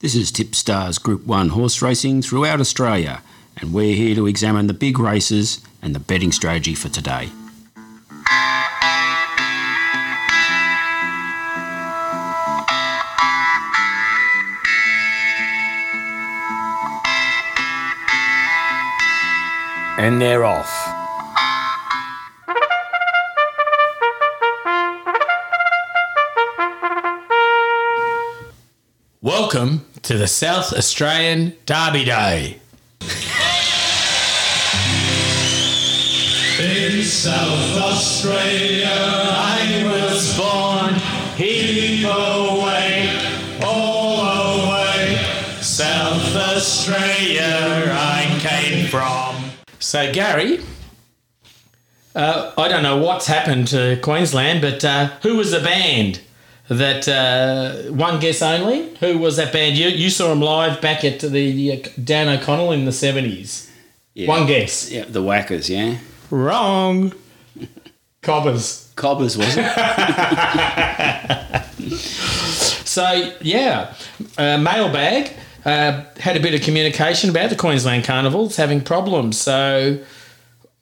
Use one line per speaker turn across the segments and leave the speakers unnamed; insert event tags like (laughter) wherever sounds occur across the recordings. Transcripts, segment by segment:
This is Tipstars Group 1 horse racing throughout Australia, and we're here to examine the big races and the betting strategy for today.
And they're off. Welcome to the South Australian Derby Day.
In South Australia I was born, heave away, all away. South Australia I came from.
So, Gary, uh, I don't know what's happened to Queensland, but uh, who was the band that uh, one guess only? Who was that band? You, you saw them live back at the uh, Dan O'Connell in the 70s. One guess.
Yeah, the Whackers, yeah?
Wrong. Cobbers.
Cobbers, was it?
So, yeah, uh, mailbag. Uh, had a bit of communication about the Queensland Carnival. It's having problems. So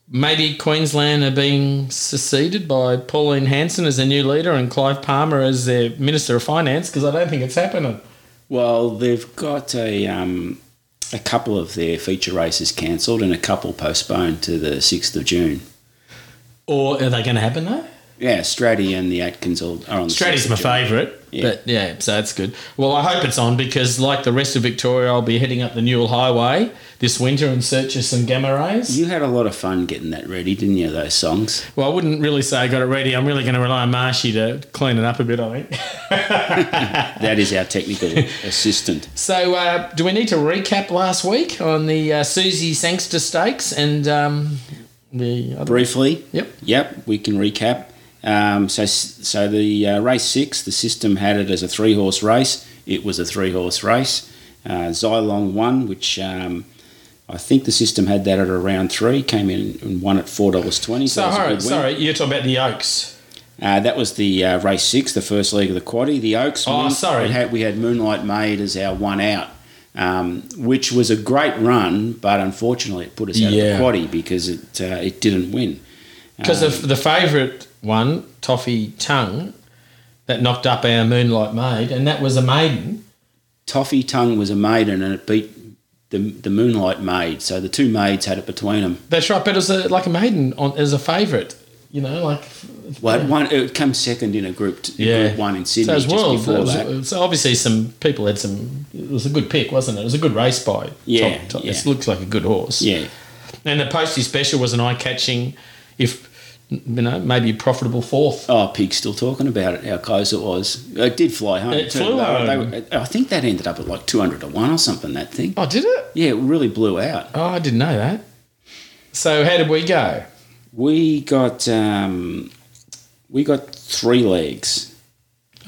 maybe Queensland are being seceded by Pauline Hanson as their new leader and Clive Palmer as their Minister of Finance because I don't think it's happening.
(laughs) well, they've got a, um, a couple of their feature races cancelled and a couple postponed to the 6th of June.
Or are they going to happen though?
Yeah, Stratty and the Atkins are are on the
Stratty's
6th
my
of June.
favourite.
Yeah.
But yeah, so that's good. Well, I hope it's on because, like the rest of Victoria, I'll be heading up the Newell Highway this winter in search of some gamma rays.
You had a lot of fun getting that ready, didn't you, those songs?
Well, I wouldn't really say I got it ready. I'm really going to rely on Marshy to clean it up a bit, I think. (laughs)
That is our technical (laughs) assistant.
So, uh, do we need to recap last week on the uh, Susie Sangster Stakes and um, the other?
Briefly,
Yep.
Yep, we can recap. Um, so, so the uh, race six, the system had it as a three horse race. It was a three horse race. Uh, Xylong won, which um, I think the system had that at around three. Came in and won at four dollars twenty.
So,
that was a
all right,
good win.
sorry, you're talking about the Oaks.
Uh, that was the uh, race six, the first leg of the quaddy. The Oaks.
Oh,
Moon-
sorry.
We had, we had Moonlight Maid as our one out, um, which was a great run, but unfortunately it put us out
Yeah.
of the quaddy because it uh, it didn't win.
Because
Um,
the, the favourite one, Toffee Tongue, that knocked up our Moonlight Maid, and that was a maiden.
Toffee Tongue was a maiden, and it beat the the Moonlight Maid. So the two maids had it between them.
That's right, but it was a, like a maiden on, as a favourite, you know, like.
Well, it, won, it came second in a group, t- group one in
So it
Sydney
was
just
world.
before
it was-
that.
it was obviously, some people had some. It was a good pick, wasn't it? It was a good race by.
Yeah,
Top- top-
yeah.
It looks like a good horse.
Yeah,
And the postie special was an eye-catching, if you know, maybe profitable fourth.
Oh, Pig's still talking about it, how close it was. It did fly home.
It
too.
flew
They were- they
home.
were- I think that ended up at like 200 to 1 or something, that thing.
Oh, did it?
Yeah, it really blew out.
Oh, I didn't know that. So how did we go?
We got um, we got three legs.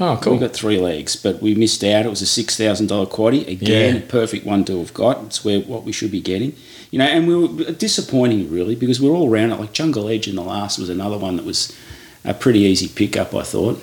Oh, cool.
We got three legs, but we missed out. It was a six thousand dollar quaddy again,
Yeah.
a perfect one to have got. It's where what we should be getting, you know. And we were uh, disappointing really because we are all round it. Like Jungle Edge in the last was another one that was a pretty easy pickup, I thought.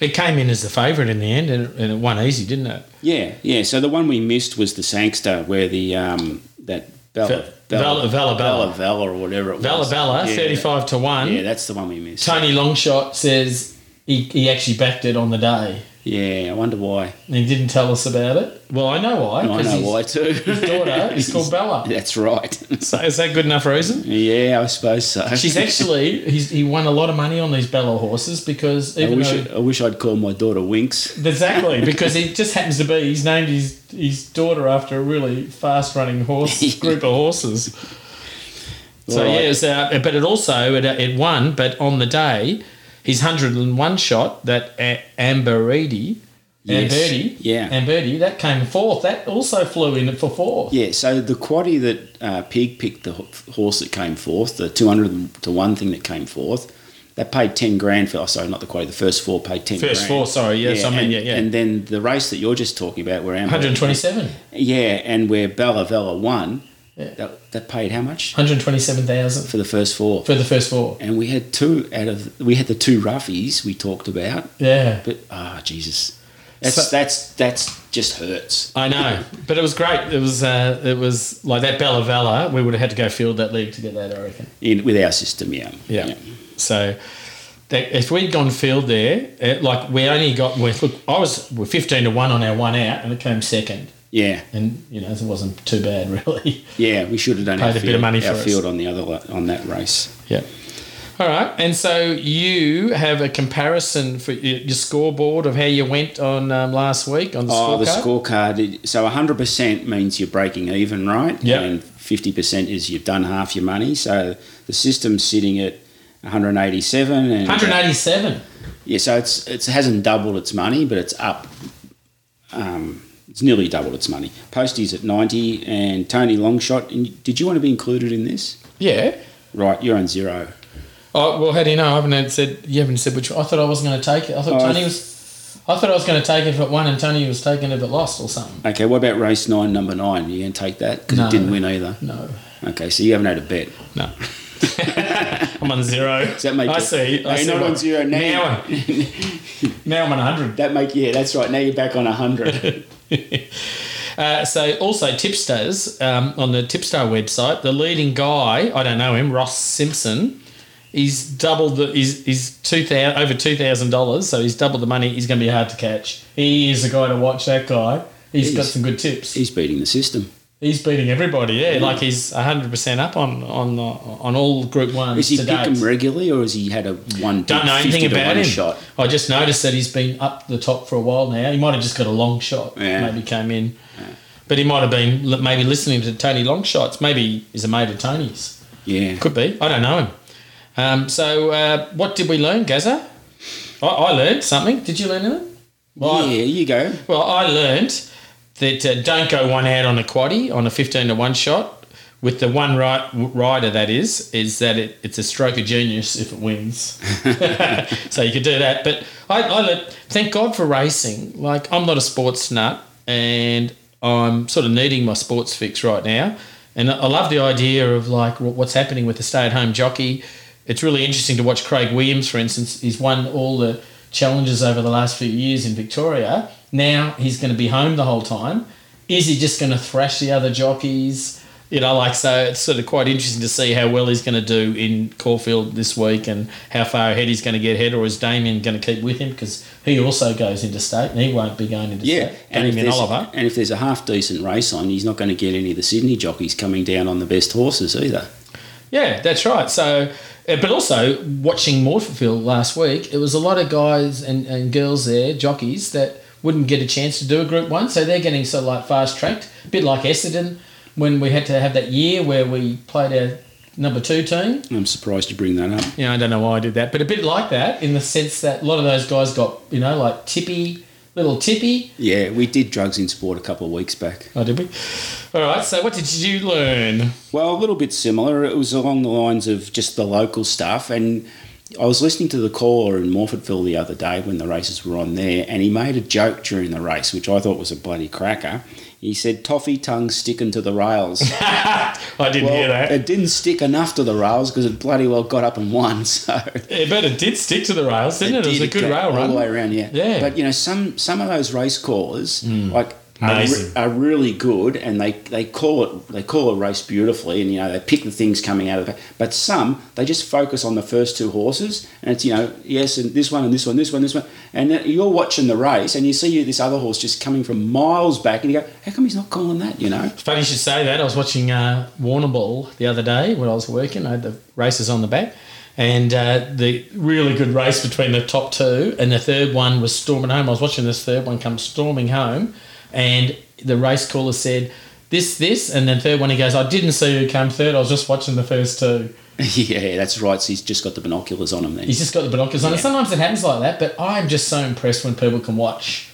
it came in as the favourite in the end, and, and it won easy, didn't it?
Yeah, yeah. So the one we missed was the Sangster, where the um that Bella
Ve- Vella- Vella Bella.
Bella Vella or whatever it was.
Bella Bella,
Yeah,
thirty-five to one.
Yeah, that's the one we missed.
Tony Longshot says he, he actually backed it on the day.
Yeah, I wonder why.
And he didn't tell us about it. Well, I know why.
I
'cause
know
his-
why too. (laughs)
His daughter is called Bella.
That's right.
Oh. (laughs) So is that good enough reason?
yeah, I suppose so. (laughs)
She's actually he's, he won a lot of money on these Bella horses because
I
even
wish,
though,
I wish I'd call my daughter Winks.
Exactly, because he just happens to be. He's named his his daughter after a really fast running (laughs) horse group of horses. So
Right.
yeah, it's, uh, but it also it, it won. But on the day, his hundred and one shot that a- Amberidi,
Yes.
Amberdi,
Yeah.
Amberdi, that came fourth. That also flew in for fourth.
Yeah, so the quaddy that uh, Pig picked, the ho- horse that came fourth, the 200 to 1 thing that came fourth, that paid 10 grand for, oh, sorry, not the quaddy, the first four paid 10
First
grand.
four, sorry, yes, I mean,
and,
yeah, yeah.
And then the race that you're just talking about, where Amber.
One hundred twenty-seven.
Yeah, and where Bella Vella won,
Yeah.
that, that paid how much?
127,000
For the first four.
for the first four.
And we had two out of, we had the two roughies we talked about,
Yeah.
but, ah, Jesus. That's
So-
that's that's just hurts.
I know, but it was great. It was uh, it was like that Bella Vella. We would have had to go field that league to get that. I reckon.
In, with our system, yeah.
Yeah. So that, if we'd gone field there, it, like we only got we, look, I was we're fifteen to one on our one out, and it came second,
Yeah.
and you know it wasn't too bad (laughs) really.
Yeah, we should have done our
Paid a bit
field,
of money
our
for it.
field on the other lo- on that race.
Yeah. All right, and so you have a comparison for your your scoreboard of how you went on um, last week on the
Oh, the
scorecard.
scorecard. So 100% means you're breaking even, right?
Yeah.
And 50% is you've done half your money. So the system's sitting at 187. And,
187.
Yeah, so it's it's- it hasn't doubled its money, but it's up. Um, it's nearly doubled its money. Posty's at 90 and Tony Longshot. And did you want to be included in this?
Yeah.
Right, you're on zero.
Oh well, how do you know? I haven't had said you haven't said which. I thought I was going to take it. I thought
Oh, I-
Tony was. I thought I was going to take it if it won, and Tony was taking it if it lost or something.
Okay, what about race nine, number nine? you going to take that? Because
No.
it didn't win either.
No,
Okay, so you haven't had a bet.
no. (laughs) I'm on zero.
that make
I
it-
see.
No,
I see
not
what-
on zero, now.
Now,
(laughs)
now I'm on 100.
That make yeah, that's right. Now you're back on hundred.
(laughs) Uh, so also tipsters um, on the Tipstar website, the leading guy I don't know him, Ross Simpson. He's doubled the he's, he's two thousand over two thousand dollars, so he's doubled the money. He's going to be hard to catch. He is the guy to watch. That guy. he's got
He's-
some good tips.
(laughs) He's beating the system.
He's beating everybody, yeah. Like he's hundred percent up on on the, on all Group Ones
Is he
to date.
pick him regularly, or has he had a one?
Don't know
50
anything
to
about
one
him.
Shot.
I just noticed that he's been up the top for a while now. He might have just got a long shot.
Yeah.
Maybe came in, but he might have been li- maybe listening to Tony Longshots. Maybe he's a mate of Tony's.
Yeah.
Could be. I don't know him. Um, so uh, what did we learn, Gaza? I, I learned something. Did you learn anything? Well, I-
yeah, you go.
well, I learnt that uh, don't go one out on a quaddy on a fifteen to one shot with the one right rider that is is that it, it's a stroke of genius if it wins. (laughs) so you could do that, but I, I learnt, thank God for racing. Like I'm not a sports nut, and I'm sort of needing my sports fix right now. And I I love the idea of like wh- what's happening with the stay-at-home jockey. It's really interesting to watch Craig Williams, for instance. He's won all the challenges over the last few years in Victoria. Now he's going to be home the whole time. Is he just going to thrash the other jockeys? You know, like so, it's sort of quite interesting to see how well he's going to do in Caulfield this week and how far ahead he's going to get ahead, or is Damien going to keep with him because he also goes into state and he won't be going into
Yeah,
state.
and if,
Damien
there's,
Oliver.
and if there's a half decent race on, he's not going to get any of the Sydney jockeys coming down on the best horses either.
Yeah, that's right. So, uh, but also watching Morpheville last week, it was a lot of guys and, and girls there, jockeys, that wouldn't get a chance to do a Group One, so they're getting sort of like fast tracked, a bit like Essendon when we had to have that year where we played our number two team.
I'm surprised you bring that up.
You know, I don't know why I did that, but a bit like that in the sense that a lot of those guys got you know like tippy, little tippy.
Yeah, we did drugs in sport a couple of weeks back.
Oh, did we? All right. So, what did you learn? (laughs)
Well, a little bit similar. It was along the lines of just the local stuff. And I was listening to the caller in Morfordville the other day when the races were on there, and he made a joke during the race, which I thought was a bloody cracker. He said, Toffee tongue sticking to the
(laughs)
rails.
I didn't
well,
hear that.
it didn't stick enough to the rails because it bloody well got up and won. (laughs) So
Yeah, but it did stick to the rails, didn't it? It, was a
did
good
go
rail
all
run.
the way around. Yeah,
Yeah. Hmm.
But you know, some some of those race callers like are,
Amazing.
re- are really good, and they they call it they call a race beautifully, and you know they pick the things coming out of it. But some they just focus on the first two horses, and it's you know yes, and this one and this one, this one, this one, and then you're watching the race, and you see this other horse just coming from miles back, and you go, how come he's not calling that? You know. (laughs)
Funny you should say that. I was watching uh, Warrnambool the other day when I was working. I had the races on the back, and uh, the really good race between the top two and the third one was storming home. I was watching this third one come storming home, and the race caller said this, this, and then third one he goes, "I didn't see who came third. I was just watching the first two.
yeah, that's right. So he's just got the binoculars on him then.
He's just got the binoculars on. And sometimes it happens like that, but I'm just so impressed when people can watch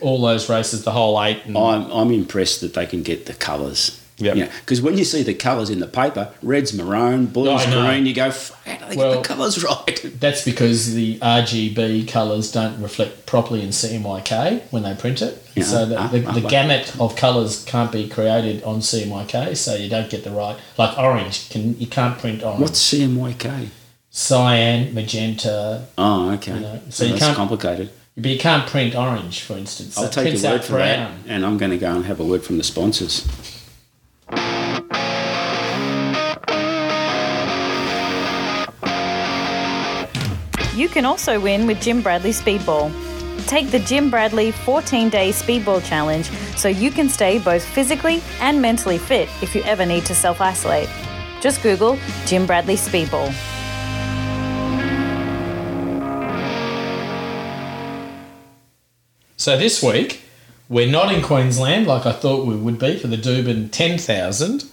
all those races, the whole eight. And,
I'm, I'm impressed that they can get the colours.
Yep.
Because when you see the colours in the paper, red's maroon, blue's
I know.
green, you go, "Fuck, how do they
Well-
get the colours (laughs) right?
That's because the RGB colours don't reflect properly in CMYK when they print it.
Yeah.
So the,
Ah,
the,
ah,
the
right.
gamut of colours can't be created on CMYK, so you don't get the right. Like orange, can you can't print orange.
What's CMYK?
Cyan, magenta.
Oh, okay.
know, so
so
you
Oh, that's
can't-
complicated.
But you can't print orange, for instance.
I'll
It
take
prints
your word
out
for that, and I'm going to go and have a word from the sponsors.
You can also win with Jim Bradley Speedball. Take the Jim Bradley 14 day Speedball Challenge so you can stay both physically and mentally fit if you ever need to self isolate. Just Google Jim Bradley Speedball.
So this week, we're not in Queensland like I thought we would be for the Dubin 10,000.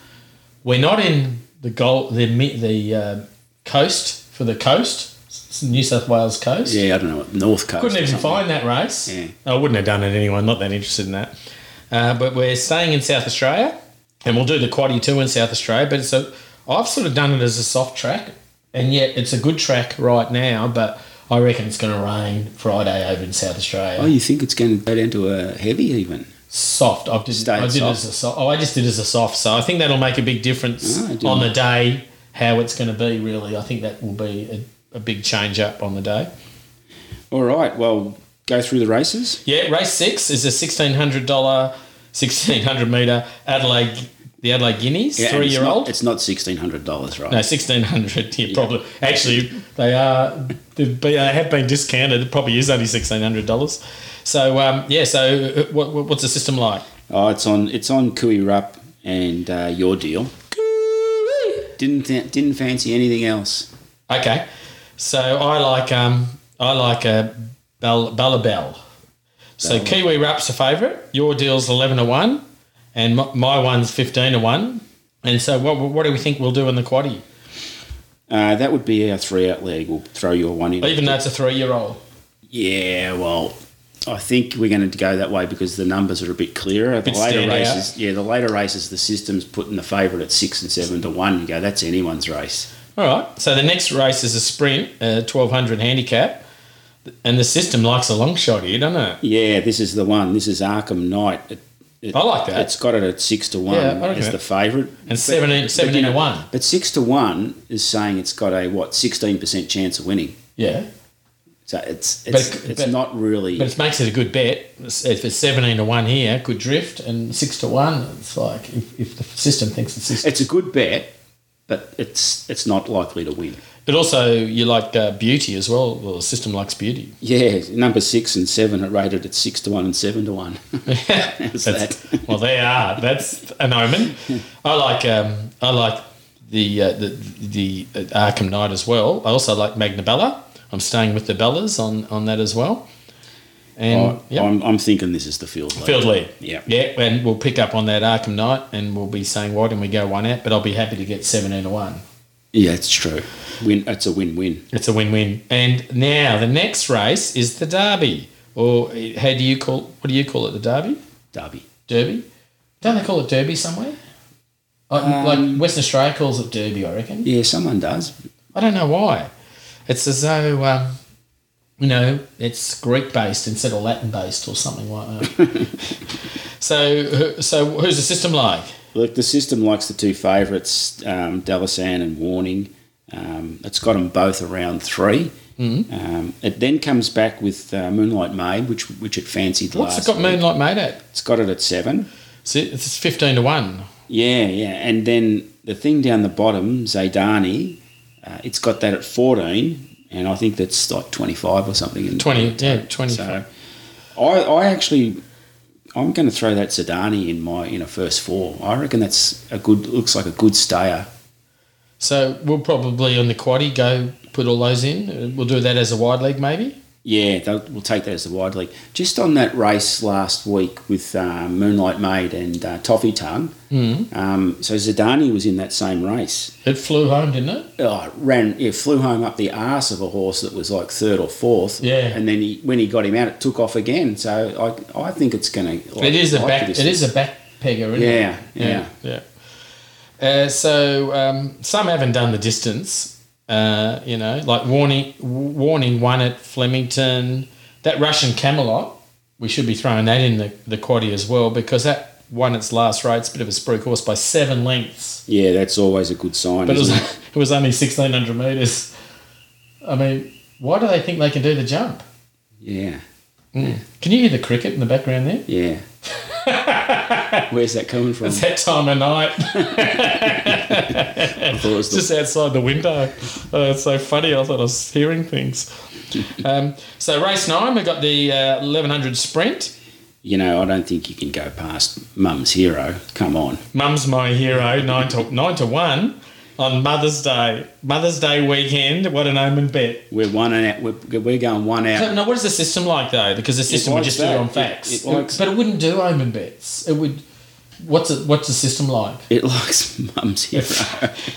We're not in the Gold, the mi- the uh, coast for the coast, s- New South Wales coast.
Yeah, I don't know what North Coast.
Couldn't
or
even
something.
find that race.
Yeah.
I wouldn't have done it anyway. I'm not that interested in that. Uh, but we're staying in South Australia, and we'll do the quaddy too in South Australia. But it's a, I've sort of done it as a soft track, and yet it's a good track right now. But I reckon it's going to rain Friday over in South Australia.
Oh, you think it's going to go down to a heavy even?
soft. I've just
Stayed
I did it
soft.
as a soft. Oh, I just did it as a soft. So I think that'll make a big difference
Ah, I didn't-
on the day how it's going to be. Really, I think that will be a, a big change up on the day.
All right. Well, go through the races.
Yeah, race six is a sixteen hundred dollar, sixteen hundred meter Adelaide, the Adelaide Guineas,
Yeah, and
three
it's
year
not-
old.
It's not sixteen hundred dollars, right?
No, sixteen hundred. Yeah, probably. Actually, they are. They've been, they have been discounted. It probably is only sixteen hundred dollars. So um, yeah. So uh, what, what- what's the system like?
Oh, it's on. It's on Cooey Rup and uh, your deal. Didn't th- didn't fancy anything else.
Okay, so I like um I like a Bell Bella Bell. So Kiwi Wrap's a favourite. Your deal's eleven to one, and my, my one's fifteen to one. And so what what do we think we'll do in the quaddy?
Uh, that would be our three out leg. We'll throw your one in.
Even though it's a three year old.
Yeah, well, I think we're going to go that way because the numbers are a bit clearer. The
Bit
later
stand out.
races, yeah, the later races, the system's putting the favourite at six and seven to one. You go, that's anyone's race.
All right. So the next race is a sprint, uh, twelve hundred handicap, and the system likes a long shot here, doesn't it?
Yeah, this is the one. This is Arkham Knight. It, it-
I like that.
It's got it at six to one
Yeah, I reckon
as
it.
the favourite,
And 17, 17 to one.
but six to one is saying it's got a what sixteen percent chance of winning.
Yeah.
So it's it's,
But-
it's
but-
not really.
But it makes it a good bet. If it's 17 to 1 here, good drift, and 6 to 1, it's like if, if the system thinks it's 6
It's a good bet, but it's it's not likely to win.
But also, you like uh, beauty as well. Well, the system likes
(laughs)
beauty.
Yeah, number six and seven are rated at six to one and seven to
(laughs)
one. How's
That's-
that?
(laughs) well, they are. That's an
(laughs)
omen. I like. Um, I like the uh, the the uh, Arkham Knight as well. I also like Magna Bella. I'm staying with the Bellas on on that as well. And
I-
yep.
I'm, I'm thinking this is the field lead.
Field lead.
Oh, Yeah.
Yeah, and we'll pick up on that Arkham Knight and we'll be saying why didn't we go one out, but I'll be happy to get 17 to 1.
Yeah, it's true. Win. It's a win-win.
It's a win-win. And now the next race is the Derby. Or uh, how do you call what do you call it, the Derby?
Derby.
Derby. Don't they call it Derby somewhere? Like,
Um,
like Western Australia calls it Derby, I reckon.
Yeah, someone does.
I don't know why. It's as though um, you know it's Greek based instead of Latin based or something like that.
(laughs)
so, who- so who's the system like?
Look, the system likes the two favourites, um, Dalasan and Warning. Um, it's got them both around three.
Mm-hmm.
Um, it then comes back with uh, Moonlight Maid, which which it fancied
What's
last.
it got
week.
Moonlight made at?
It's got it at seven.
See, It's fifteen to one.
Yeah, yeah. And then the thing down the bottom, Zaydani, uh, it's got that at 14, and I think that's like 25 or something. in-
Twenty, yeah, twenty.
So I, I actually, I'm going to throw that Zidani in my in a first four. I reckon that's a good, looks like a good stayer.
So we'll probably on the quaddy go put all those in. Uh, We'll do that as a wide leg maybe.
Yeah, they'll- we'll take that as the wide league. Just on that race last week with uh, Moonlight Maid and uh, Toffee Tongue, mm.
Mm-hmm.
um, so Zidani was in that same race.
It flew home, didn't it?
oh, ran yeah, flew home up the arse of a horse that was like third or fourth.
Yeah.
And then he, when he got him out, it took off again. So I, I think it's going to.
it is a back. It is a back pegger. Isn't it?
Yeah, yeah.
yeah. Uh, so um, some haven't done the distance. Uh, you know, like warning, warning one at Flemington. That Russian Camelot. We should be throwing that in the the quaddy as well because that won its last rate. It's a bit of a spruik horse by seven lengths,
Yeah, that's always a good sign.
but it was
isn't it?
(laughs) it was only sixteen hundred meters. I mean, why do they think they can do the jump?
yeah.
Can you hear the cricket in the background there? (laughs)
Yeah. Where's that coming from?
It's that time of night,
I thought it was the-
(laughs) just outside the window. Oh, it's so funny. I thought I was hearing things. Um, so race nine, we got the uh, 1100 sprint.
you know, I don't think you can go past Mum's Hero. Come on.
Mum's my hero, nine to nine to one on Mother's Day. Mother's Day weekend. What an omen bet.
We're one and out. We're, we're going one out.
No, what is the system like though? Because the system would
likes
just do it
that.
on
It-
facts,
it likes-
but it wouldn't do omen bets. It would. What's it? What's the system like?
It likes Mum's
(laughs)
Hero.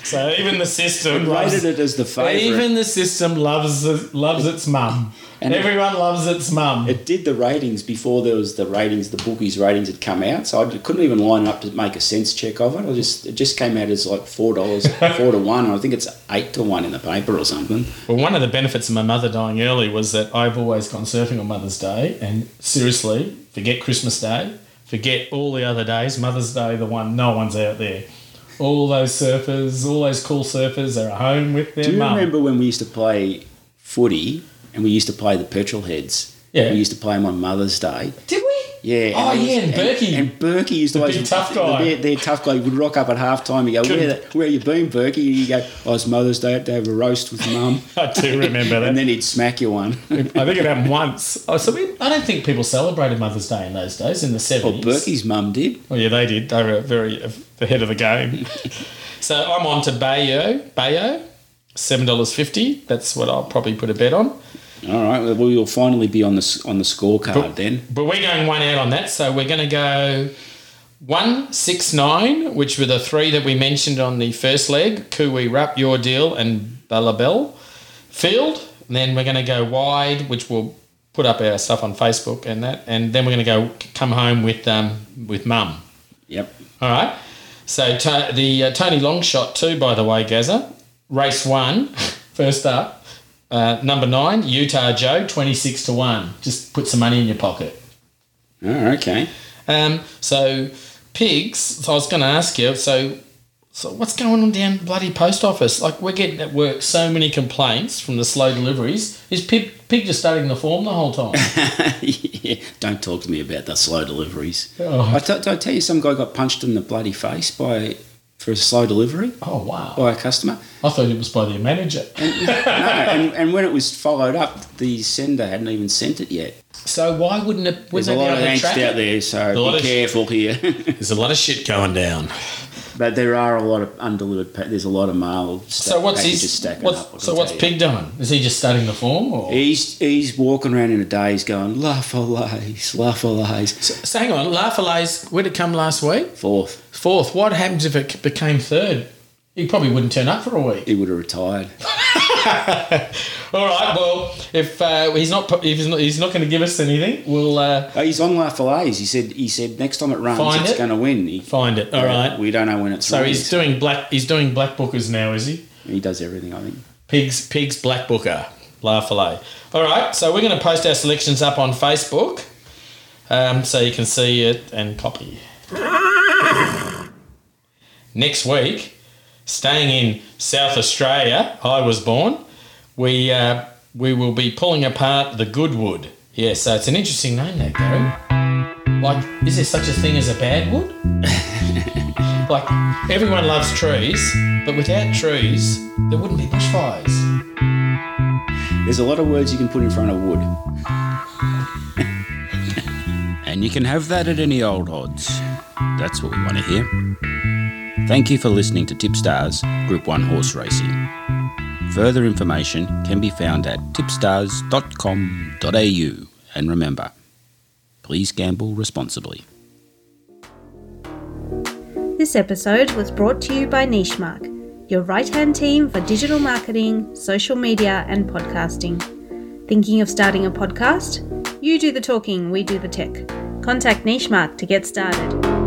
So even the system
Rated
loves,
it as the favourite.
even the system loves loves its mum.
And it-
Everyone loves its mum.
it did the ratings before there was the ratings, the bookies ratings had come out. So I couldn't even line up to make a sense check of it. I just it just came out as like four
(laughs)
dollars, four to one. And I think it's eight to one in the paper or something.
Well, one of the benefits of my mother dying early was that I've always gone surfing on Mother's Day, and seriously, forget Christmas Day, forget all the other days. Mother's Day, the one no one's out there. All those surfers, all those cool surfers are at home with their
Do you
mum.
remember when we used to play footy and we used to play the petrol heads?
Yeah.
We used to play them on Mother's Day.
Did we?
Yeah.
Oh,
they used-
yeah, and Berkey.
And, Berkey used to
The
always
big tough guy.
Their, their tough guy would rock up at half time. You go, where, the, where you been, Berkey? And you go, oh, it's Mother's Day. I have to have a roast with
(laughs)
Mum.
I do remember that.
and then he'd smack you one.
I think it happened once. Oh, so we, I don't think people celebrated Mother's Day in those days in the
Well, (laughs)
seventies.
Berkey's mum did.
Oh yeah, they did. They were very ahead of the game. so I'm on to Bayo. Bayo, seven dollars fifty. That's what I'll probably put a bet on.
All right. Well, we'll finally be on the s- on the scorecard then.
But we're going one out on that, so we're going to go one six nine, which were the three that we mentioned on the first leg: Kiwi Rap, Your Deal, and Bellabel Field. And then we're going to go wide, which we'll put up our stuff on Facebook and that. And then we're going to go come home with um, with Mum.
Yep.
All right. So to, the uh, Tony Long shot two, by the way, Gaza. Race one, (laughs) first up, uh, number nine, Utah Joe, twenty six to one. Just put some money in your pocket.
Oh, okay. (laughs)
Um, so pigs. So I was going to ask you. So, so what's going on down bloody post office? Like we're getting at work so many complaints from the slow deliveries. Is pig pig just studying the form the
(laughs)
whole time?
yeah. Don't talk to me about the slow deliveries.
Oh.
I, t- did I tell you some guy got punched in the bloody face by for a slow delivery
oh wow!
by a customer.
I thought it was by their manager.
No, and, (laughs) and when it was followed up, the sender hadn't even sent it yet.
So why wouldn't it? Would
There's
they
a
be
lot of
able to
angst
track
out
it?
there, so
lot
be
of-
careful here.
There's a lot of shit going down.
(laughs) but there are a lot of undelivered. Pa- there's a lot of mail. Sta-
So what's
packages
his?
stacking
What's,
up, I can
so what's
tell you.
Pig doing? Is he just studying the form? Or
He's, he's walking around in a daze going, La Falaise, La Falaise.
so hang on, Lafalay's. Where'd it come last week?
Fourth,
Fourth. What happens if it became third? He probably wouldn't turn up for a week.
he would have
(laughs)
retired.
All right. Well, if uh, he's not, if he's not, he's not going to give us anything. We'll uh,
Oh, he's on La Falaise. He said he said next time it runs,
Find
it's
it.
going to win. He,
find it. All right.
We don't know when it's
So
running.
he's doing black. He's doing black bookers now, is he?
he does everything. I think.
Pigs, pigs, black booker, La Filet. All right, so we're going to post our selections up on Facebook, um, so you can see it and copy. (coughs) Next week, staying in South Australia, I was born. We uh, we will be pulling apart the Goodwood. Yeah, so it's an interesting name, that Gary. Like, is there such a thing as a bad wood? Like, everyone loves trees, but without trees, there wouldn't be bushfires.
There's a lot of words you can put in front of wood. (laughs) and you can have that at any old odds. That's what we want to hear. Thank you for listening to Tipstars Group 1 Horse Racing. Further information can be found at tipstars.com.au. And remember, please gamble responsibly.
This episode was brought to you by Nichemark, your right hand team for digital marketing, social media, and podcasting. Thinking of starting a podcast? You do the talking, we do the tech. Contact Nichemark to get started.